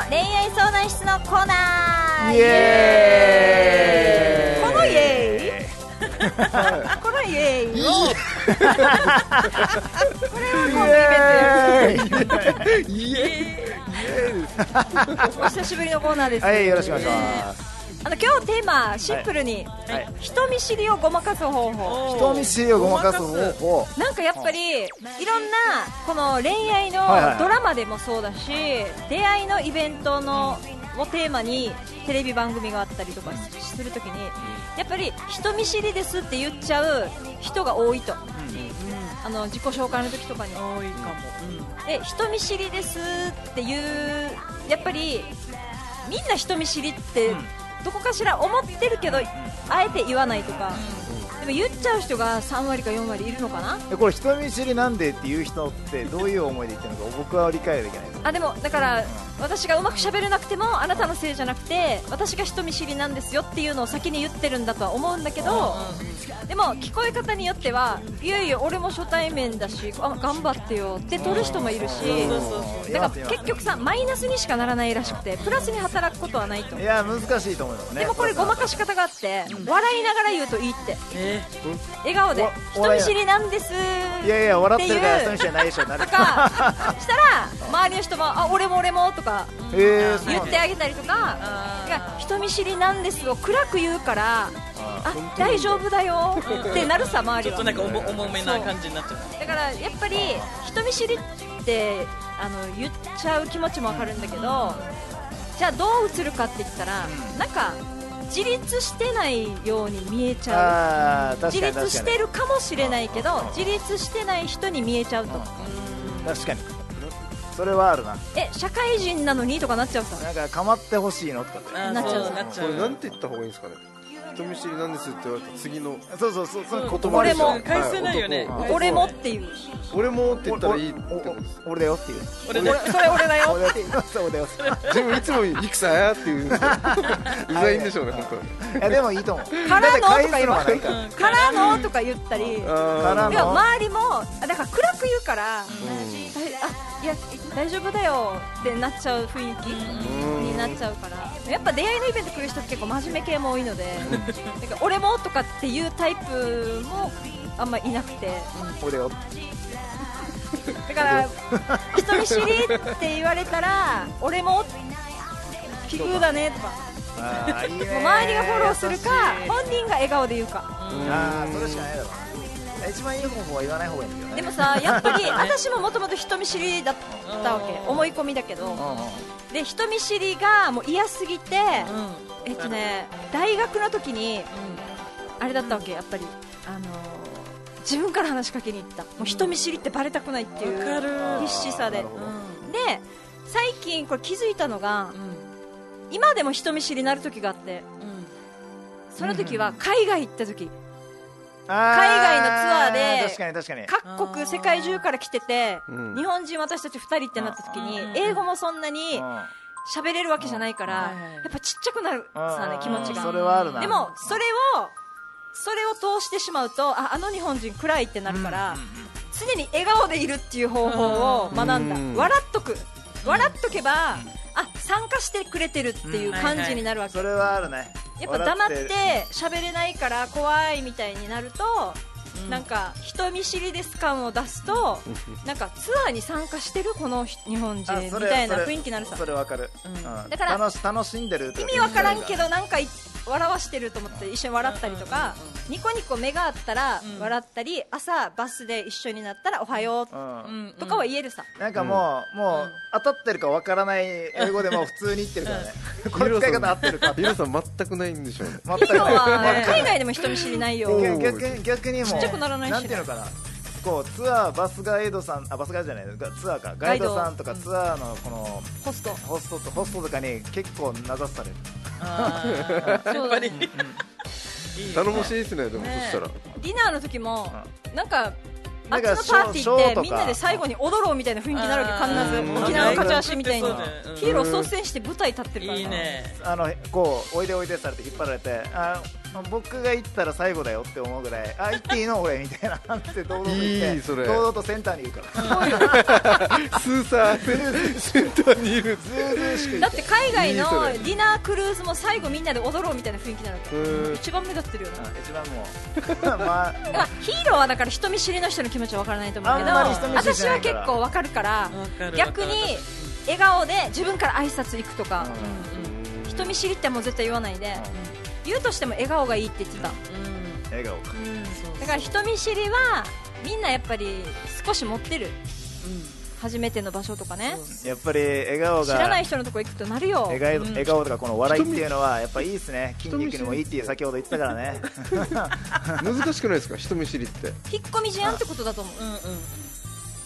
恋愛相談室のコーナーイエこのイエーイこのイエーイをーイイエーイお久しぶりのコーナーですはいよろしくお願いしますあの今日テーマシンプルに、はい人見知りをごまかす方法人見知りをごまかす方法なんかやっぱりいろんなこの恋愛のはいはいドラマでもそうだし、出会いのイベントのをテーマにテレビ番組があったりとかするときにやっぱり人見知りですって言っちゃう人が多いと、あの自己紹介の時とかに多いかも、え人見知りですっていうやっぱりみんな人見知りってどこかしら思ってるけど、あえて言わないとか、でも言っちゃう人が3割か4割いるのかなえこれ人見知りなんでっていう人ってどういう思いで言ってるのか僕は理解できないですあでもだから私がうまく喋れなくてもあなたのせいじゃなくて私が人見知りなんですよっていうのを先に言ってるんだとは思うんだけどでも聞こえ方によってはいやいや俺も初対面だしあ頑張ってよって取る人もいるしだから結局さマイナスにしかならないらしくてプラスに働くことはないといや難しいと思いますねでもこれごまかし方があって笑いながら言うといいってえ笑顔でわ人見知りなんですいやいや笑ってるからっていう人見知りじゃないでしょなると かしたら周りの人もあ俺も俺もとかえー、そう言なんっだてあげたりとかいや人見知りなんですを暗く言うからあ大丈夫だよってなるさ周りちょっとはなんか重重めな感じになっちゃうだからやっぱり人見知りってあの言っちゃう気持ちもわかるんだけどじゃあどう映るかって言ったらなんか自立してないように見えちゃうあー確自かに立確しかてにるかもしれないけど自立してない人に見えちゃうと確かにそれはあるなえ社会人なのにとかなっちゃうさなんか構ってほしいのとかってあーなっちゃうそうなっちこゃれなんうて言った方がいいんですかね人見知りなんですって言われた次のそうそうそうそう言葉俺でも返せないよねは男俺もっていう俺もって言ったらいいっておことですおお俺だよっていう俺ねそれ俺だよ俺だよっていうそう俺だよでもいつもいくさやって言うんですようざいんでしょうね本当にいやでもいいと思うからのだって返すのはないからうんからのとか言ったりでもあからの周りもあだから暗く言うから、あいや大丈夫だよってなっちゃう雰囲気になっちゃうからやっぱ出会いのイベント来る人って結構真面目系も多いのでなんか俺もとかっていうタイプもあんまいなくて俺だよだから人見知りって言われたら俺も奇遇だねとかあーいいねもう周りがフォローするか本人が笑顔で言うか。ああそれしかないだろう一番いい方法は言わない方がいいんだけどねでもさやっぱり私ももともと人見知りだったわけ思い込みだけどうんうんで人見知りがもう嫌すぎて、うえっとね大学の時にあれだったわけやっぱりあのー自分から話しかけに行ったもう人見知りってバレたくないっていわかうる必死さでなるほどで最近これ気づいたのがん今でも人見知りになる時があってうんその時は海外行った時海外のツアーで確かに確かに各国世界中から来ててうん日本人私たち2人ってなった時にうん英語もそんなに喋れるわけじゃないから、うんはいはいやっぱちっちゃくなるさね、気持ちそれが。はあるなでも、それを、それを通してしまうと、あ、あの日本人暗いってなるから、常に笑顔でいるっていう方法を学んだ。うん笑っとく。笑っとけば、あ、参加してくれてるっていう感じになるわけ。それはあるねやっぱ黙っ笑て喋れないから怖いみたいになると、なんか人見知りです感を出すと、なんかツアーに参加してるこの日本人あみそれたいなそれ雰囲気になるさそれわかるうんだから楽し楽しんでる意味わからんけどなんかい笑わしてると思って一緒に笑ったりとかニコニコ目があったら笑ったり朝バスで一緒になったらおはよううんとかは言えるさなんかもうもう当たってるかわからない英語でも普通に言ってるからねこの使い方合ってるかヒロさん全くないんでしょうね全ヒくロはない海外でも人見知りないよおー逆に逆にもうちっちゃくならないしねんていうのかなこうツアーバスガイドさんあバスガイドじゃないがツアーかガイドさんとかツアーのこのホストホストとホストとかに結構名指されるあーそやうだっぱねり頼もしいですねでもそねしたらディナーの時もなんかあっなんちかのパーティショーショーーってとかみんなで最後に踊ろうみたいな雰囲気になるわけう必ずん沖縄のうんカチャーシーみたいにそうだようんヒーロー率先して舞台立ってるからいいねあのこうおいでおいでされて引っ張られてあ僕が行ったら最後だよって思うぐらいあ行っていいの俺みたいな感じで堂々と行っていいそれ堂々とセンターにいるからスーサーセンターにいるずうずうしくいだてって海外のいいそディナークルーズも最後みんなで踊ろうみたいな雰囲気になるわけうん一番目立ってるよねうん一番もうまあだからヒーローはだから人見知りの人の気持ちは分からないと思うけどあんまり人見知り私じゃなはいか結ら構分かるからわかる逆に笑顔で自分から挨拶行くとかうん人人見知りってもう絶対言わないで言うとしても笑顔がいいって言ってたうん笑顔かだから人見知りはみんなやっぱり少し持ってる初めての場所とかねやっぱり笑顔知らながい人のとこ行くとなるよ笑顔笑顔とかこの笑いっていうのはやっぱいいですね筋肉にもいいっていう先ほど言ったからね難しくないですか人見知りって引っ込み思案ってことだと思ううんうん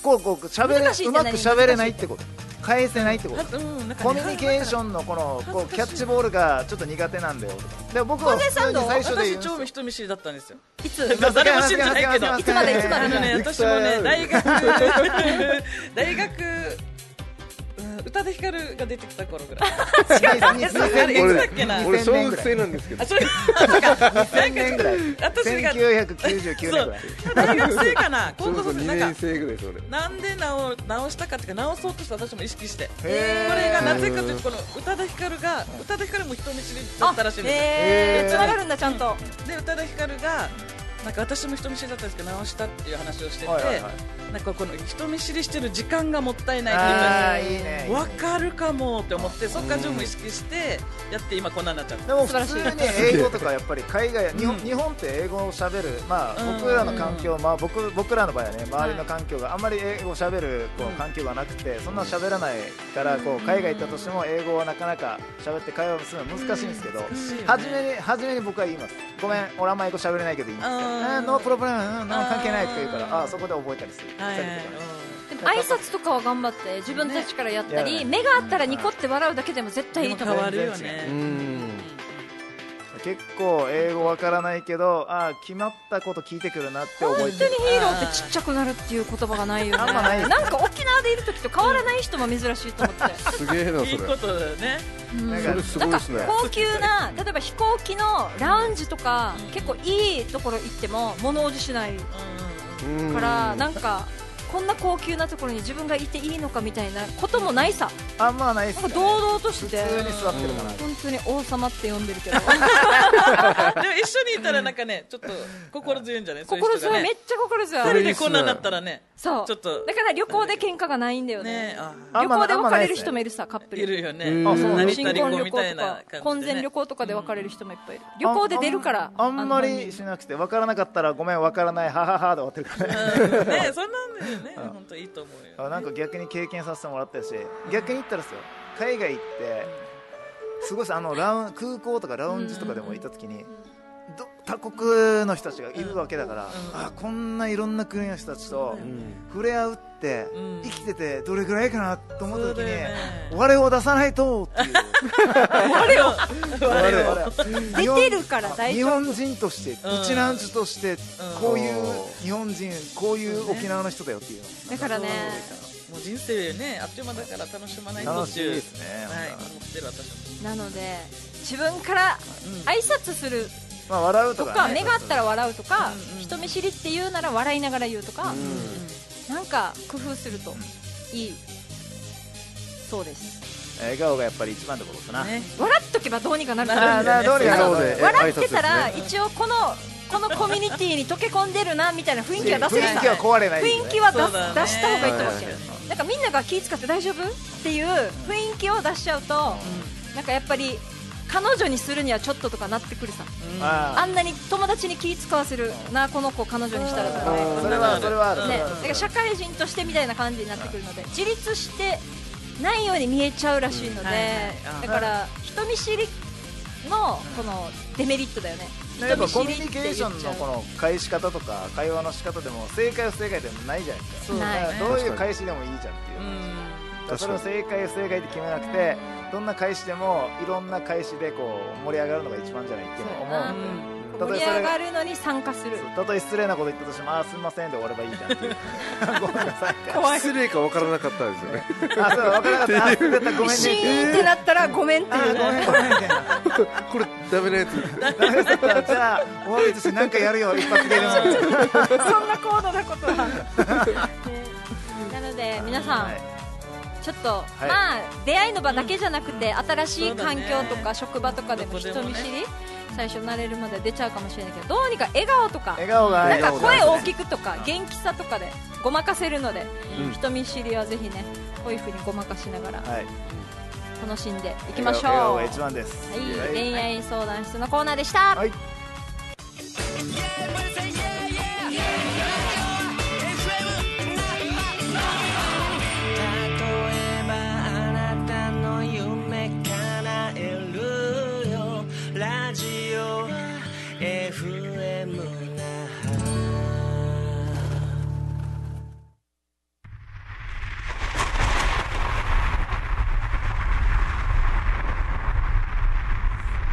こうこう喋難しいれんうじゃまないく喋れないってこと返せないってことうんうんなんかねコミュニケーションのこのこうキャッチボールがちょっと苦手なんだよとかでも僕は小普杉さ通んどうに最初で言うんで私すよ超人見知りだったんですよいつ まあ誰も信じないけどいつまでいつまあでのね戦私もあねる大学大学うん宇多田ヒカルが出てきた頃ぐらい2000いつ年だっけな俺小学生なんですけどあそうあそうかなんか2000年ぐらい私1999年がぐらいそう大学生かなそ高れ校こそ卒2なんか年生ぐらいです俺なんで直直したかっていうか直そうとした私も意識してこへーれがなぜかというとこの宇多田ヒカルが宇多田ヒカルも人見知りだったらしいんですよえへーつながるんだちゃんとで宇多田ヒカルがなんか私も人見知りだったんですけど直したっていう話をしてて、はいはいはいなんかこの人見知りしてる時間がもったいないっていうあかーいいねわかるかもって思ってそっから自分も意識してやって今こんなになっちゃったでも普通に英語とかやっぱり海外日本日本って英語をしゃべるまうんあ僕らの環境まあ僕僕らの場合はね周りの環境があんまり英語をしゃべるこう環境がなくてそんなしゃべらないからこう海外行ったとしても英語はなかなかしゃべって会話をするのは難しいんですけどしいよね初めに初めに僕は言いますごめん俺あんま英語しゃべれないけどいいんですかうんあーノープロブレムうんなんか関係ないって言うかうらんあーそこで覚えたりするはいはいさはれてるいからでも挨拶とかは頑張って自分たちからやったねり、やる目があったらニコって笑うだけでも絶対いいとで思もう変わるよ全うねん結構英語わからないけどあー決まったこと聞いてくるなって本覚当えにヒてるーローってちっちゃくなるっていう言葉がないよねあんまないですねんか沖縄でいる時と変わらない人も珍しいと思って、すげえないいそれことだよねうんなんそれすごいなでんかすね高級な例えば飛行機のラウンジとか、結構いいところ行っても物おじしないかうんら、なんかこんな高級なところに自分がいていいのかみたいなこともないさあんまないっなすんかね堂々とし普て通に座ってるから本当に王様って呼んでるけどでも一緒にいたらなんかねちょっと心強いんじゃないそういう心人強がいめっねちゃ心強い二人いいでっすねこんなになったらねそうちょっとだから旅行で喧嘩がないんだよねねああ旅んま行なであんま別なれいるっす人もねいるさカップルいるよねうんあそう成新田婚離婚旅み行たといかな感じでね婚前旅行とかで別れる人もいっぱいいる旅行で出るからあんあんまりしあなくてわからなかったらごめんわからないはははで終わってるからねうんねそんなんだよね本当いいと思うよあなんか逆に経験させてもらったし逆に言ったらですよ海外行ってすごいっすあのラウン空港とかラウンジとかでも行った時にど他国の人たちがいるわけだから、あこんないろんな国の人たちと触れ合うって、うん生きててどれぐらいかなと思った時そうに、だよね我を出さないとっていう我我をを出てるから大日丈夫本人としてうんウチナンチュとしてうんこういう日本人こういう沖縄の人だよっていうだからねもう人生ねあっという間だから楽しまないのと楽っしていいうですね、はい思ってる私もなので自分から挨拶するまあ笑うととかか、目があったら笑うとか人見知りって言うなら笑いながら言うとかなんか工夫するといいそうです笑顔がやっぱり一番のことですな、ね笑っとけばどうにかなるああなどうにかなる笑顔で笑ってた挨ら拶で一応このこのコミュニティに溶け込んでるなみたいな雰囲気は出せる雰囲さ気は壊れないですね雰囲気は出そうだすね出した方がいいと思うしはいなんかみんなが気使って大丈夫っていう雰囲気を出しちゃうとなんかやっぱり彼女にするにはちょっととかなってくるさああんなに友達に気使わせるなこの子彼女にしたらとかねあそれはそれはあるね、だから社会人としてみたいな感じになってくるので自立してないように見えちゃうらしいので、うんはいはいだあから人見知りのこのデメリットだよねや人っぱ見コ知りミュっニケてーシ言ョっンちゃのこうの返し方とか会話の仕方でも正解は不正解でもないじゃないですかそうだよねどういう返しでもいいじゃんっていうう、んだからそれを正解不正解って決めなくてどんな返しでもいろんな返しでこう盛り上がるのが一番じゃないっていうのは思うの盛りで上がるのに参加するたとえ 失礼なこと言ったとしてもあーすみませんで終わればいいじゃんっていう ごめんなさい失礼かわからなかったですよねあそう分からなかったあー滑ったごめんねシーンってなったらごめんってあいーうごめんごめんみたいなこれダメなやつダメだったらじゃあ終わりとしてなんかやるよ一発でそんな高度なことは、ねなので皆さん、はいちょっと、いまあ出会いの場だけじゃなくて、新しい環境とそうかだね職場とかでもどこで人もね見知り、最初慣れるまで出ちゃうかもしれないけどどうにか笑顔とか笑顔がなんか声大きくくとか元気さとかでごまかせるので、人見知りはぜひねこういうふうにごまかしながらはい楽しんでいきましょう笑顔はがい一番です恋愛相談室のコーナーでした、はい例えばあなたの夢叶えるよラジオ FM 那覇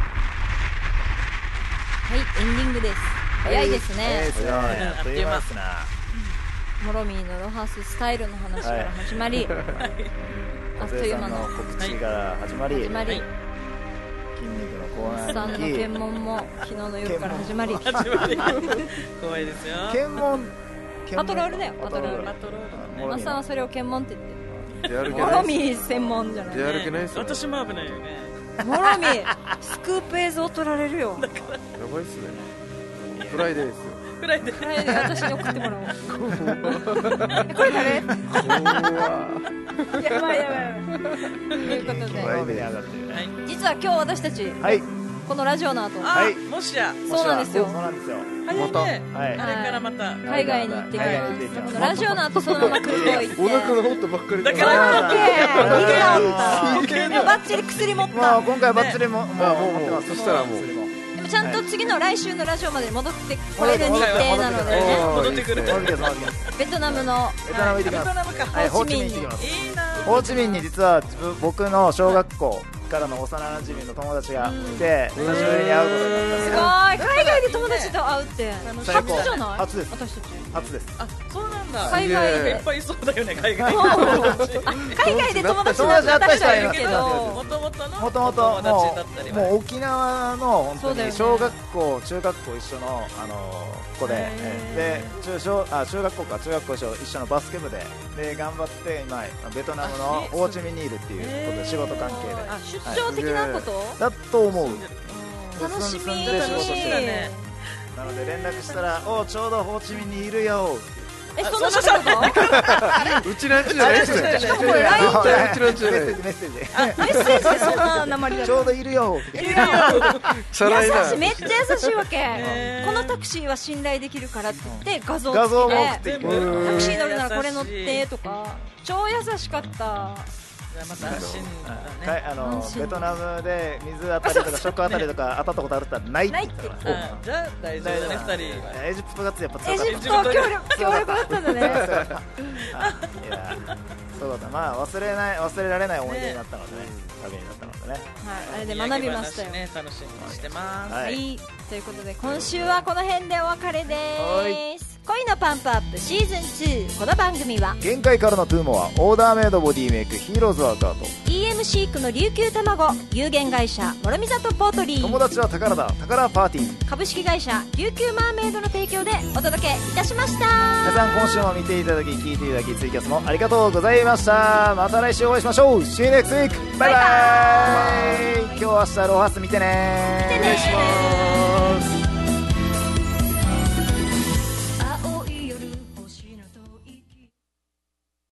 はい、エンディングです。早いですえねー。すごいあっという間ですなモロミーのロハススタイルの話から始まり、あっと小い杉うさ間んのの告知から始まり始まり、筋肉のコーさナんのーに検行問も昨日の夜から始まり、始まり怖いですよき検問検パ問トロールだよパトロールパトロールだねモロマミスさんはそれを検問って言ってる。出歩けモなロいミー専門じゃない出。歩けないですよ、ね、私も危ないよねモロミー、スクープ映像撮られるよ。やばいっすねフライデーですよぐらいでこれ私に送ってもらおう。えこれ誰？やばいやばいやばい。ということライで、ブに上がってるはい実は今日私たちはいこのラジオの後、あ、はいもしやそうなんですよそうなんですよ早いね、はいあれからまた海外に行ってき海外に行ってきまますすこのラジオの後そのまま空港行ってお腹のったばっかりだからオッケーいいなあん余計たなバッチリ薬持っまたあ今回はバッツリも、あもう持ってますそしたらもバうッツリもでもちゃんと次の来週のラジオまでに戻ってこれる日程なのでねね戻ってくるそうですそうですベトナムのベトナム行ってきベトまナムかすはいホホーーチチミミンンに行ってきますホーチミンに実いいなは自分僕の小学校からの幼馴染の友達がいて久しぶりに会うことになったんですごすい海よ外で友達と会うって最初高じゃない初です私たち初ですあそうなんだ海外いでっぱいいそうだよね海外もうあ海外で友達になった人はいるけどもともとのもともと友達もだったりうはもう沖縄の本そう当だよにね小学校、中学校一緒の、あのー子でで中小あ中学校か中学校一緒一緒のバスケ部でで頑張って今ベトナムあのえホーチミンにいるっていうことへーで仕事関係であ出張的なことだと思う楽しみ住んで仕事して楽しみるねなので連絡したら「おうちょうどホーチミンにいるよ」えそんなことうちなんちじゃないっすねしかもこれ LINE うちなんちじメゃなッセーいジメッセージメッセージでそんな鉛だちょうどいるよってチャラいな優しいめっちゃ優しいわけ、へーこのタクシーは信頼できるからって言って画像画像付も送っきてできてうんタクシー乗るならこれ乗ってとか超優しかったまた安心だかねいあ安の心ベトナムで水当たりとか食当たりとか当たったことあるって言ったらないって言ったかうんじゃあ大丈ら夫大ね二丈人夫はエジプトがやっぱエ強かっジたプト協力協力だったんだねはいいやそうだったまあ忘れない忘れられない思い出になったのでね旅になったのでねはい、あれで学びましたよ、ね楽しみにしてますは、はいいということで今週はこの辺でお別れはです恋のパンプアップシーズン2この番組は限界からのトゥーモはオーダーメイドボディメイクヒーローズアウトアート EM シークの琉球卵有限会社諸見里ポートリー友達は宝だ宝パーティー株式会社琉球マーメイドの提供でお届けいたしました皆さん今週も見ていただき聞いていただきツイキャスもありがとうございましたまた来週お会いしましょう See you next week! バイバイ今日明日ロハス見てねお願いします